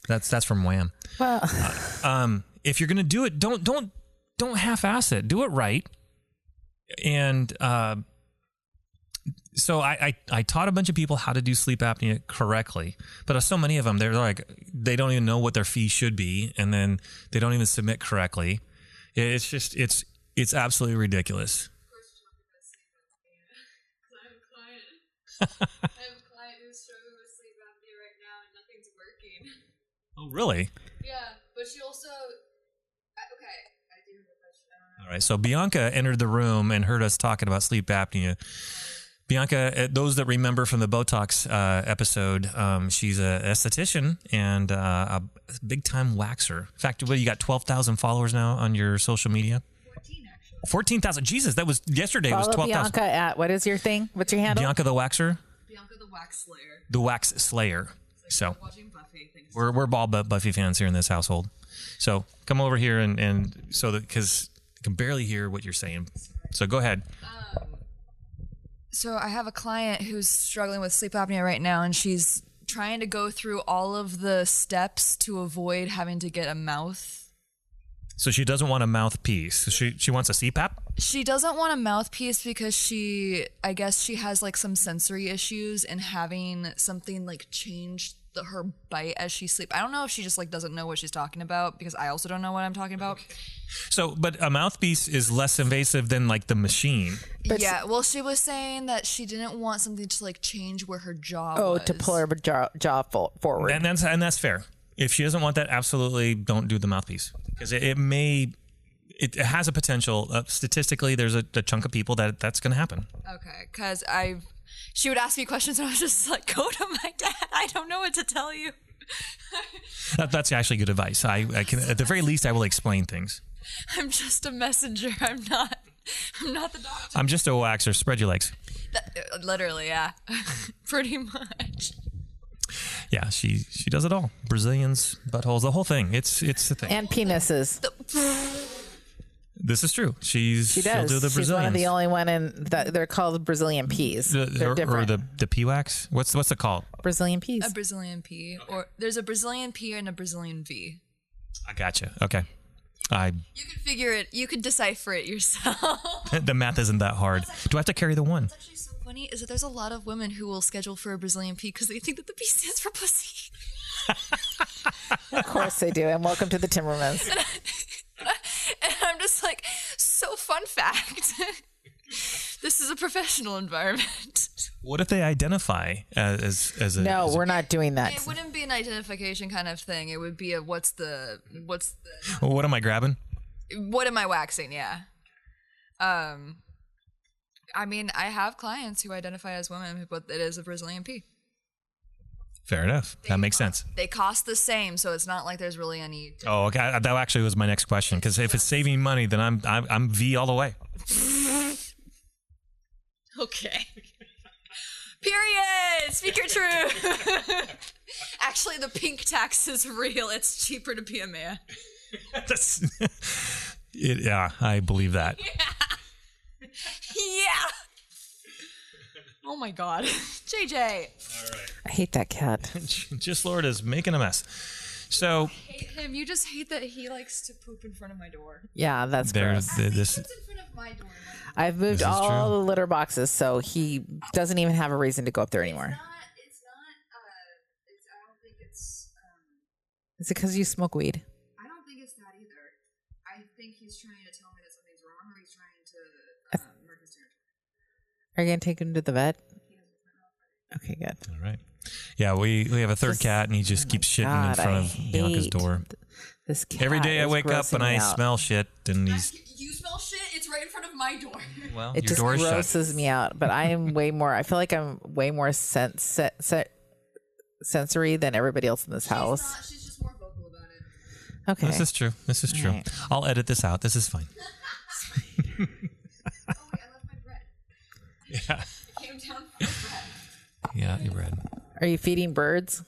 That's that's from Wham.
Well,
um, if you're gonna do it, don't don't don't half-ass it. Do it right. And uh, so I, I I taught a bunch of people how to do sleep apnea correctly, but so many of them they're like they don't even know what their fee should be, and then they don't even submit correctly. It's just it's it's absolutely ridiculous.
I'm a client. I have a client who's struggling with sleep apnea right now and nothing's working. <laughs>
Oh really?
Yeah, but she also. I, okay, I do have a question. I don't know.
All right. So Bianca entered the room and heard us talking about sleep apnea. Bianca, uh, those that remember from the Botox uh, episode, um, she's a esthetician and uh, a big time waxer. In fact, what you got twelve thousand followers now on your social media? Fourteen thousand. Jesus, that was yesterday. was
follow
twelve thousand.
Bianca at what is your thing? What's your handle?
Bianca the waxer,
Bianca the Wax Slayer.
the wax slayer. So
Watching Buffy. Thanks.
we're we're all Bu- Buffy fans here in this household. So come over here and and so that because I can barely hear what you're saying. So go ahead.
So I have a client who's struggling with sleep apnea right now, and she's trying to go through all of the steps to avoid having to get a mouth.
So she doesn't want a mouthpiece. She she wants a CPAP.
She doesn't want a mouthpiece because she, I guess, she has like some sensory issues, and having something like change the, her bite as she sleep. I don't know if she just like doesn't know what she's talking about because I also don't know what I'm talking about.
So, but a mouthpiece is less invasive than like the machine.
But s-
yeah, well, she was saying that she didn't want something to like change where her jaw.
Oh,
was.
to pull her jaw, jaw fo- forward.
And that's and that's fair. If she doesn't want that, absolutely don't do the mouthpiece because it, it may it, it has a potential. Uh, statistically, there's a, a chunk of people that that's going to happen.
Okay, because I, she would ask me questions, and I was just <laughs> like, "Go to my dad. I don't know what to tell you."
That, that's actually good advice. I, I can at the very least I will explain things.
I'm just a messenger. I'm not. I'm not the doctor.
I'm just a waxer. Spread your legs.
That- literally, yeah, <laughs> pretty much.
Yeah, she she does it all. Brazilians, buttholes, the whole thing. It's it's the thing.
And penises.
This is true. She's
She does.
will do the
She's one
Brazilians.
of the only one in that they're called Brazilian peas.
The-
they're
or, or
different.
the the P wax. What's what's it called?
Brazilian
<laughs>
peas.
A Brazilian P, or there's a Brazilian P and a Brazilian V.
I gotcha. Okay. I
You can figure it. You can decipher it yourself. <laughs>
the math isn't that hard. Do I have to carry the one?
Actually, so funny is that there's a lot of women who will schedule for a Brazilian P because they think that the P stands for pussy. <laughs>
Of course they do. And welcome to
<laughs>
the Timmermans.
And I'm just like, so fun fact. <laughs> this is a professional environment.
What if they identify as as a
No,
as a-
we're not doing that.
It wouldn't be an identification kind of thing. It would be a what's the what's the
what am I grabbing?
what am I waxing? Yeah. Um, I mean, I have clients who identify as women, but it is a Brazilian P.
Fair enough. That makes sense.
They cost the same, so it's not like there's really any.
Oh, okay. That actually was my next question because if it's saving money, then I'm, I'm I'm V all the way. <laughs>
Okay. Period. Speak your truth. <laughs> Actually, the pink tax is real. It's cheaper to be a man.
That's it, yeah. I believe that. <laughs>
Yeah. Oh my god. <laughs> JJ.
I hate that cat.
Just Lord is making a mess. So
Hate him. You just hate that he likes to poop in front of my door.
Yeah, that's
there's
gross.
th- this.
It's in front of my door. Not,
I've moved
This is
all
true.
the litter boxes, so he doesn't even have a reason to go up there anymore.
it's not, uh, it's, I don't think it's, um,
Is it because you smoke weed?
I don't think it's that either. I think he's trying to tell me that something's wrong or he's trying to, uh, murder his territory.
Are you going to take him to the vet?
He doesn't
Okay, good.
All right. Yeah, we, we have a third
Just-
cat, and he just keeps shitting in
Oh God, I
front of Bianca's
hate
door.
This cat
Every day I
is
wake up
grossing
and
me
I
out.
smell shit, and he's
You smell shit? It's right in front of my
<laughs>
door.
well,
It
your
just
door is shut.
grosses me out. But I am way more. I feel like I'm way more sense, sen- sensory than everybody else in this house.
she's just more vocal about it.
Okay.
This is true. This is true.
Right.
I'll edit this out. This is
<laughs>
fine.
Oh, wait, I left my bread.
Yeah.
I came down <laughs> for bread.
Yeah, you're right.
Are you feeding birds?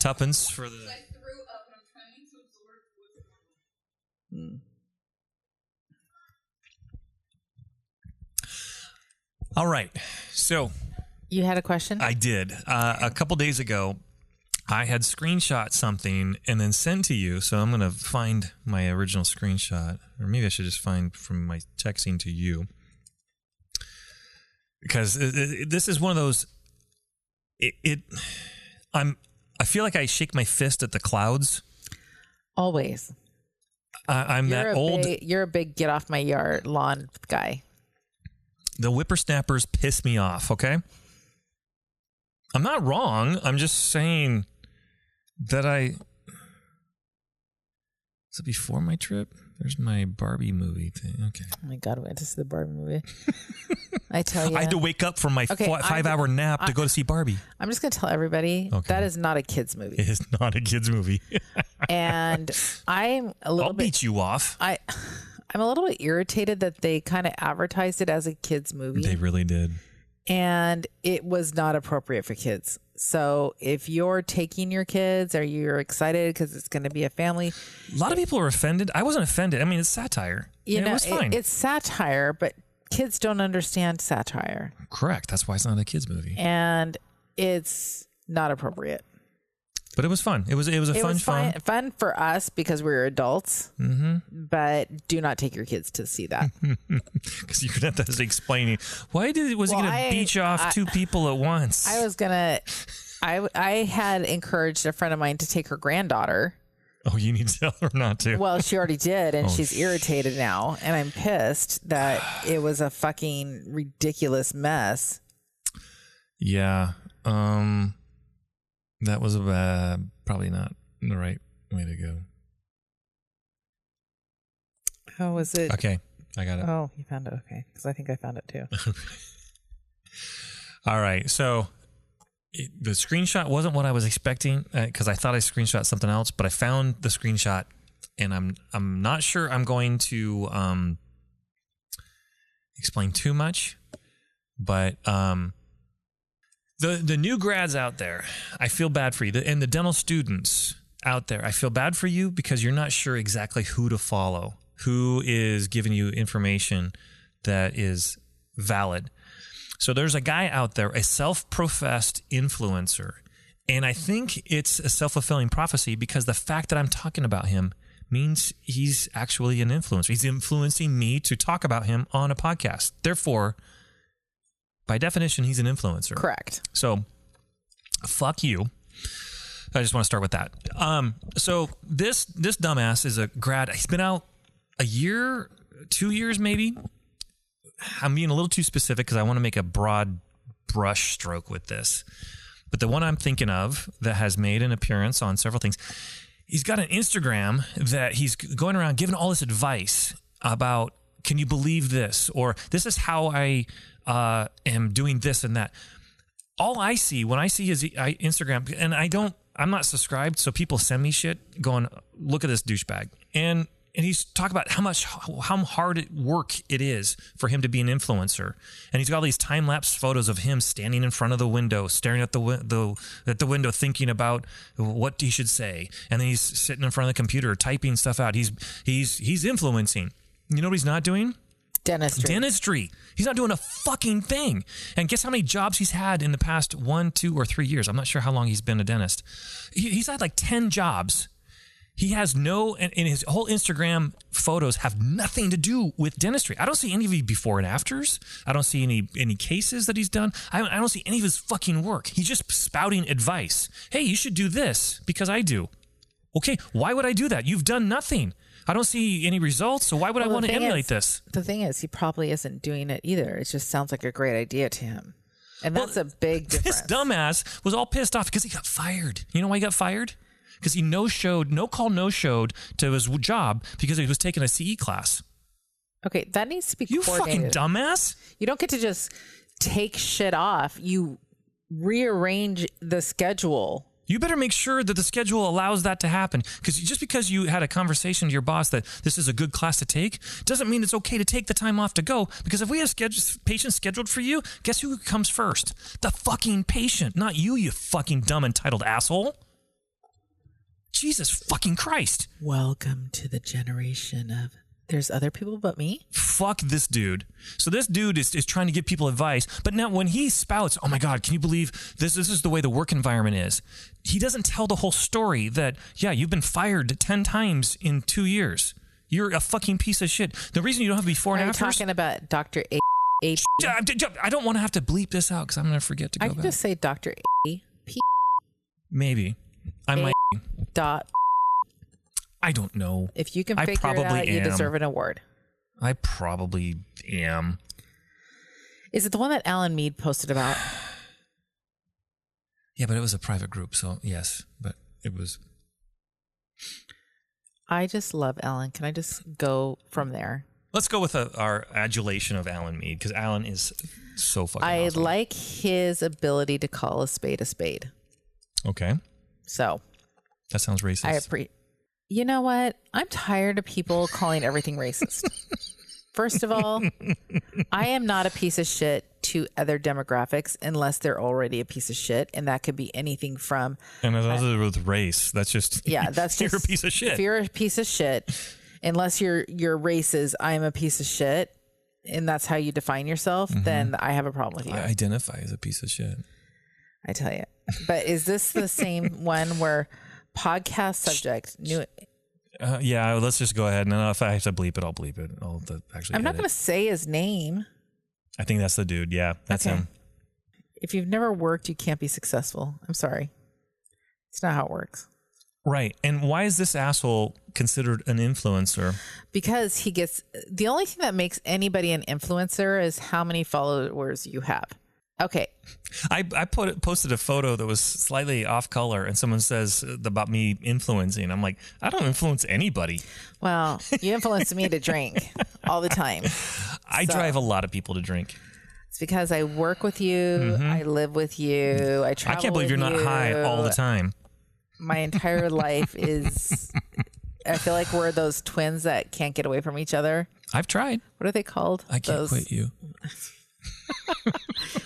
Tuppence for the.
threw up and I'm trying to absorb what's
All right. So
You had a question.
I did. Uh, a couple days ago, I had screenshot something and then sent to you. So I'm going to find my original screenshot, or maybe I should just find from my texting to you. Because it, it, this is one of those. It, it, I'm. I feel like I shake my fist at the clouds.
Always.
I, I'm
You're
that
a
old.
Big, you're a big get off my yard lawn guy.
the whippersnappers piss me off, okay? I'm not wrong. I'm just saying that I. Is it before my trip? There's my Barbie movie thing. Okay.
Oh my god, went to see the Barbie movie.
<laughs>
I tell you,
I had to wake up from my
Okay, I-
five hour nap to
I-
go to see Barbie.
I'm just gonna tell everybody
Okay.
that is not a kids movie,
It is not a kid's movie.
and I'm a little
I'll
bit.
beat you off.
I, <sighs> I'm a little bit irritated that they kind of advertised it as a kids movie,
They really did.
and it was not appropriate for kids. So if you're taking your kids or you're excited because it's going to be a family,
A lot of people are offended. I wasn't offended. I mean, it's satire.
you
And
know,
it was fine.
it's satire, but kids don't understand satire,
Correct. That's why it's not a kid's movie.
and it's not appropriate.
But it was fun. It was it was a
it
fun
was
fun. Mm-hmm.
fun, fun for us because we were adults. But do not take your kids to see that.
<laughs> Because you're gonna have to explain why did was
Well,
he gonna
I-
beach off
I-
two people at once?
I was gonna. I I had encouraged a friend of mine to take her granddaughter.
oh, you need to tell her not to.
Well, she already did,
<laughs>
and
Oh,
she's
sh-
irritated now. And I'm pissed that it was a fucking ridiculous mess.
yeah, um, that was a uh, probably not the right way to go.
How was it?
Okay, I got it.
Oh, you found it. Okay, because I think I found it too.
All right, so it, the screenshot wasn't what I was expecting because I thought I screenshot something else, but I found the screenshot, and I'm I'm not sure I'm going to um, explain too much, but um, the the new grads out there, I feel bad for you, The- and the dental students out there, I feel bad for you because you're not sure exactly who to follow, who is giving you information that is valid. So there's a guy out there, a self professed influencer. And I think it's a self fulfilling prophecy because the fact that I'm talking about him means he's actually an influencer. He's influencing me to talk about him on a podcast. Therefore, by definition, he's an influencer.
Correct.
So, fuck you. I just want to start with that. Um, so this this dumbass is a grad. He's been out a year, two years maybe. I'm being a little too specific because I want to make a broad brush stroke with this. But the one I'm thinking of that has made an appearance on several things, he's got an Instagram that he's going around giving all this advice about can you believe this or this is how I uh, am doing this and that all I see when I see his e, I, Instagram, and I don't, I'm not subscribed, so people send me shit going, look at this douchebag, and and he's talking about how much how hard it work it is for him to be an influencer, and he's got all these time lapse photos of him standing in front of the window, staring at the win- the at the window, thinking about what he should say, and then he's sitting in front of the computer typing stuff out. He's he's he's influencing. You know what he's not doing?
Dentistry.
dentistry. He's not doing a fucking thing. And guess how many jobs he's had in the past one, two, or three years? I'm not sure how long he's been a dentist. He, he's had like 10 jobs. He has no, and, and his whole Instagram photos have nothing to do with dentistry. I don't see any of the before and afters. I don't see any any cases that he's done. I, I don't see any of his fucking work. He's just spouting advice. Hey, you should do this because I do. Okay, why would I do that? You've done nothing. I don't see any results, so why would I
Well, the
want to
thing
emulate
is-
this?
the thing is, he probably isn't doing it either. It just sounds like a great idea to him. And
Well,
that's a big difference.
This dumbass was all pissed off because he got fired. You know why he got fired? Because he no showed, no call, no showed to his job because he was taking a CE class.
Okay, that needs to be
You fucking
coordinated.
dumbass!
You don't get to just take shit off. You rearrange the schedule.
You better make sure that the schedule allows that to happen. Because just because you had a conversation to your boss that this is a good class to take, doesn't mean it's okay to take the time off to go. Because if we have scheduled, patients scheduled for you, guess who comes first? The fucking patient, not you, you fucking dumb entitled asshole. Jesus fucking Christ.
Welcome to the generation of there's other people but me.
fuck this dude. So this dude is, is trying to give people advice, but now when he spouts, oh my God, can you believe this? This is the way the work environment is. He doesn't tell the whole story that, yeah, you've been fired 10 times in two years. You're a fucking piece of shit. The reason you don't have to be four
Are
and
you
a half hours.
talking about Dr. A? A-
I I don't want to have to bleep this out because I'm going to forget to go
I can
back.
just say Dr. A. P.
Maybe. I might.
Dot.
I don't know.
If you can
I
figure it
probably
out, you
am.
deserve an award.
I probably am.
Is it the one that Alan Mead posted about?
Yeah, but it was a private group. So yes, but it was.
I just love Alan. Can I just go from there?
Let's go with uh our adulation of Alan Mead because Alan is so fucking.
I
awesome.
like his ability to call a spade a spade.
Okay,
So
that sounds racist.
I appreciate. You know what? I'm tired of people calling everything racist. First of all, I am not a piece of shit to other demographics unless they're already a piece of shit, and that could be anything from
and it has to do with race. That's just <laughs>
yeah, that's
you're
just,
a piece of shit.
If you're a piece of shit, unless your your race is I'm a piece of shit, and that's how you define yourself, then I have a problem with you.
Mm-hmm. I identify as a piece of shit.
I tell you. But is this
<laughs>
the same one where podcast subject new?
Uh, yeah, let's just go ahead and uh, if I have to bleep it, I'll bleep it. I'll the, actually.
I'm not
edit.
going to say his name.
I think that's the dude. Yeah, that's
Okay.
him.
If you've never worked, you can't be successful. I'm sorry. It's not how it works.
Right. And why is this asshole considered an influencer?
Because he gets the only thing that makes anybody an influencer is how many followers you have. Okay.
I, I put posted a photo that was slightly off color, and someone says about me influencing. I'm like, I don't influence anybody.
Well, you influence me
<laughs>
to drink all the time.
I
So-
drive a lot of people to drink.
It's because I work with you, I live with you, I travel.
Mm-hmm. I can't believe
with
you're not high all the
you.
time. <laughs>
my entire life is I feel like we're those twins that can't get away from each other.
I've tried.
What are they called?
I can't
those,
quit you.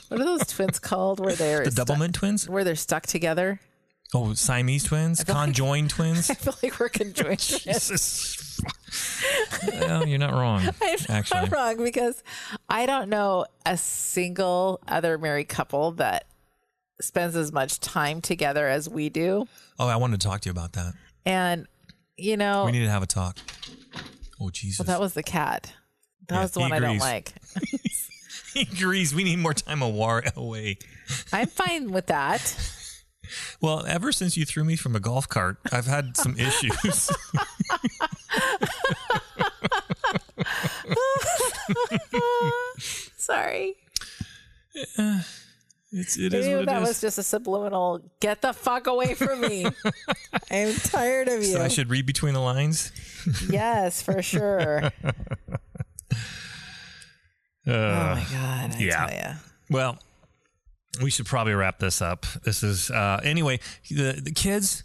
What are those twins called
<laughs>
where they're
The
stuck-
Doublemint twins?
where they're stuck together? <laughs>
Oh, Siamese twins? Conjoined twins?
I feel like we're
<laughs>
conjoined.
Jesus. well, you're not wrong.
<laughs> I'm
actually,
not wrong because I don't know a single other married couple that spends as much time together as we do.
oh, I wanted to talk to you about that.
And you know,
We need to have a talk. Oh, Jesus.
well,
<laughs>
that was the cat. That
Yeah,
was the
he
one I don't
agrees. <laughs>
like.
he agrees. We need more time <laughs> Oh, awar- away.
I'm fine with that.
<laughs> Well, ever since you threw me from a golf cart, I've had
<laughs>
some issues. <laughs>
Ah, Sorry.
it's, it is
Maybe
what it
that
is.
was just a subliminal get the fuck away
<laughs>
from me. I'm tired of you.
so I should read between the lines.
yes, for sure.
<laughs>
oh my god. I
Uh, yeah.
tell ya.
Well, we should probably wrap this up. This is uh, anyway. The the kids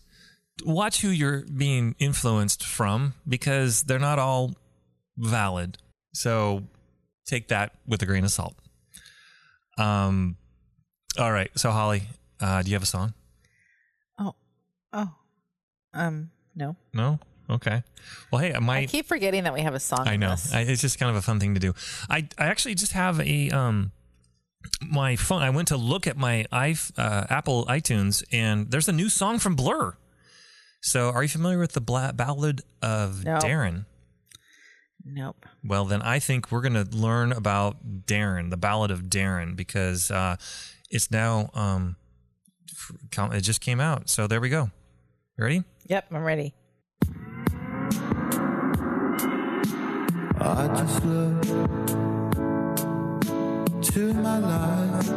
watch who you're being influenced from because they're not all valid. So take that with a grain of salt. Um. All right. So Holly, uh, do you have a song?
Oh. Oh. Um, no.
No. Okay. Well, hey, my
I, keep forgetting that we have a song.
I
in
know.
this.
I, it's just kind of a fun thing to do. I, I actually just have a um my phone. I went to look at my i uh, Apple iTunes, and there's a new song from Blur. So, are you familiar with the Bla- Ballad of
No.
Darren?
nope.
Well, then I think we're going to learn about Darren, the Ballad of Darren, because uh, it's now um f- com- it just came out. So there we go. You ready?
Yep, I'm ready.
I just look to my life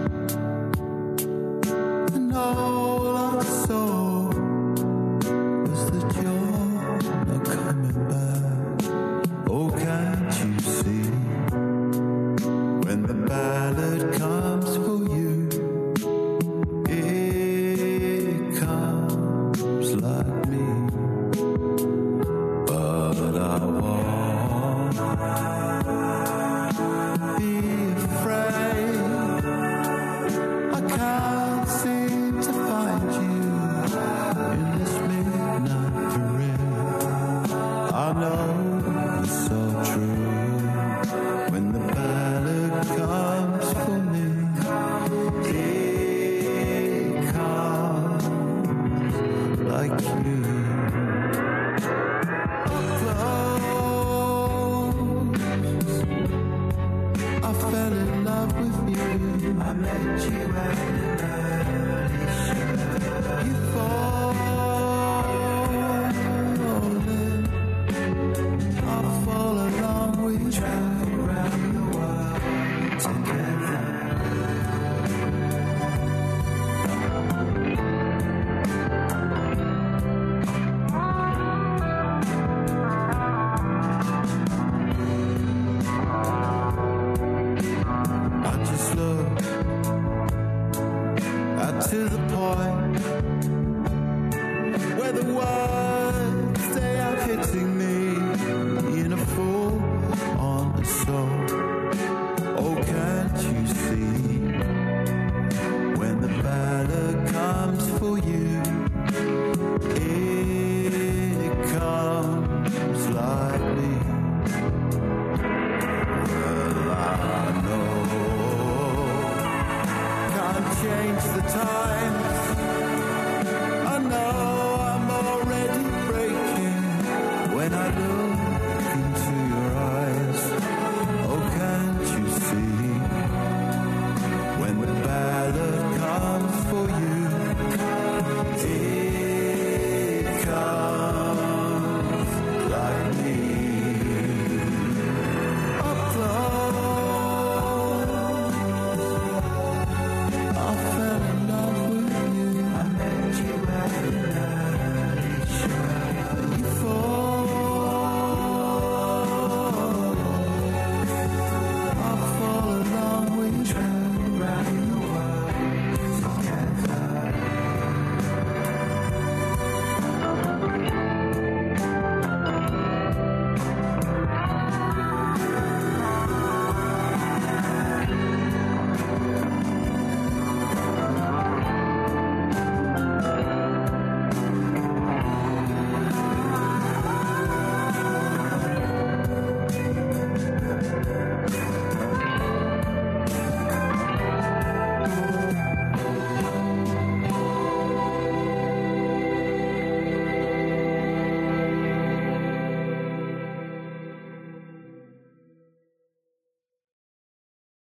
all I saw was that you're not coming back. Oh, can't you see? When the ballad comes for you, it comes like me. But I won't be afraid. I can't seem to find you in this midnight parade. I know it's so true. When the ballad comes for me, it comes like you. Up close, I fell in love with you. I met you at an early show. You fall in. I fall along with you. Travel around the world together. I just look up to the point where the words they are hitting me in a full on assault. Oh, can't you see when the battle comes for you? Oh,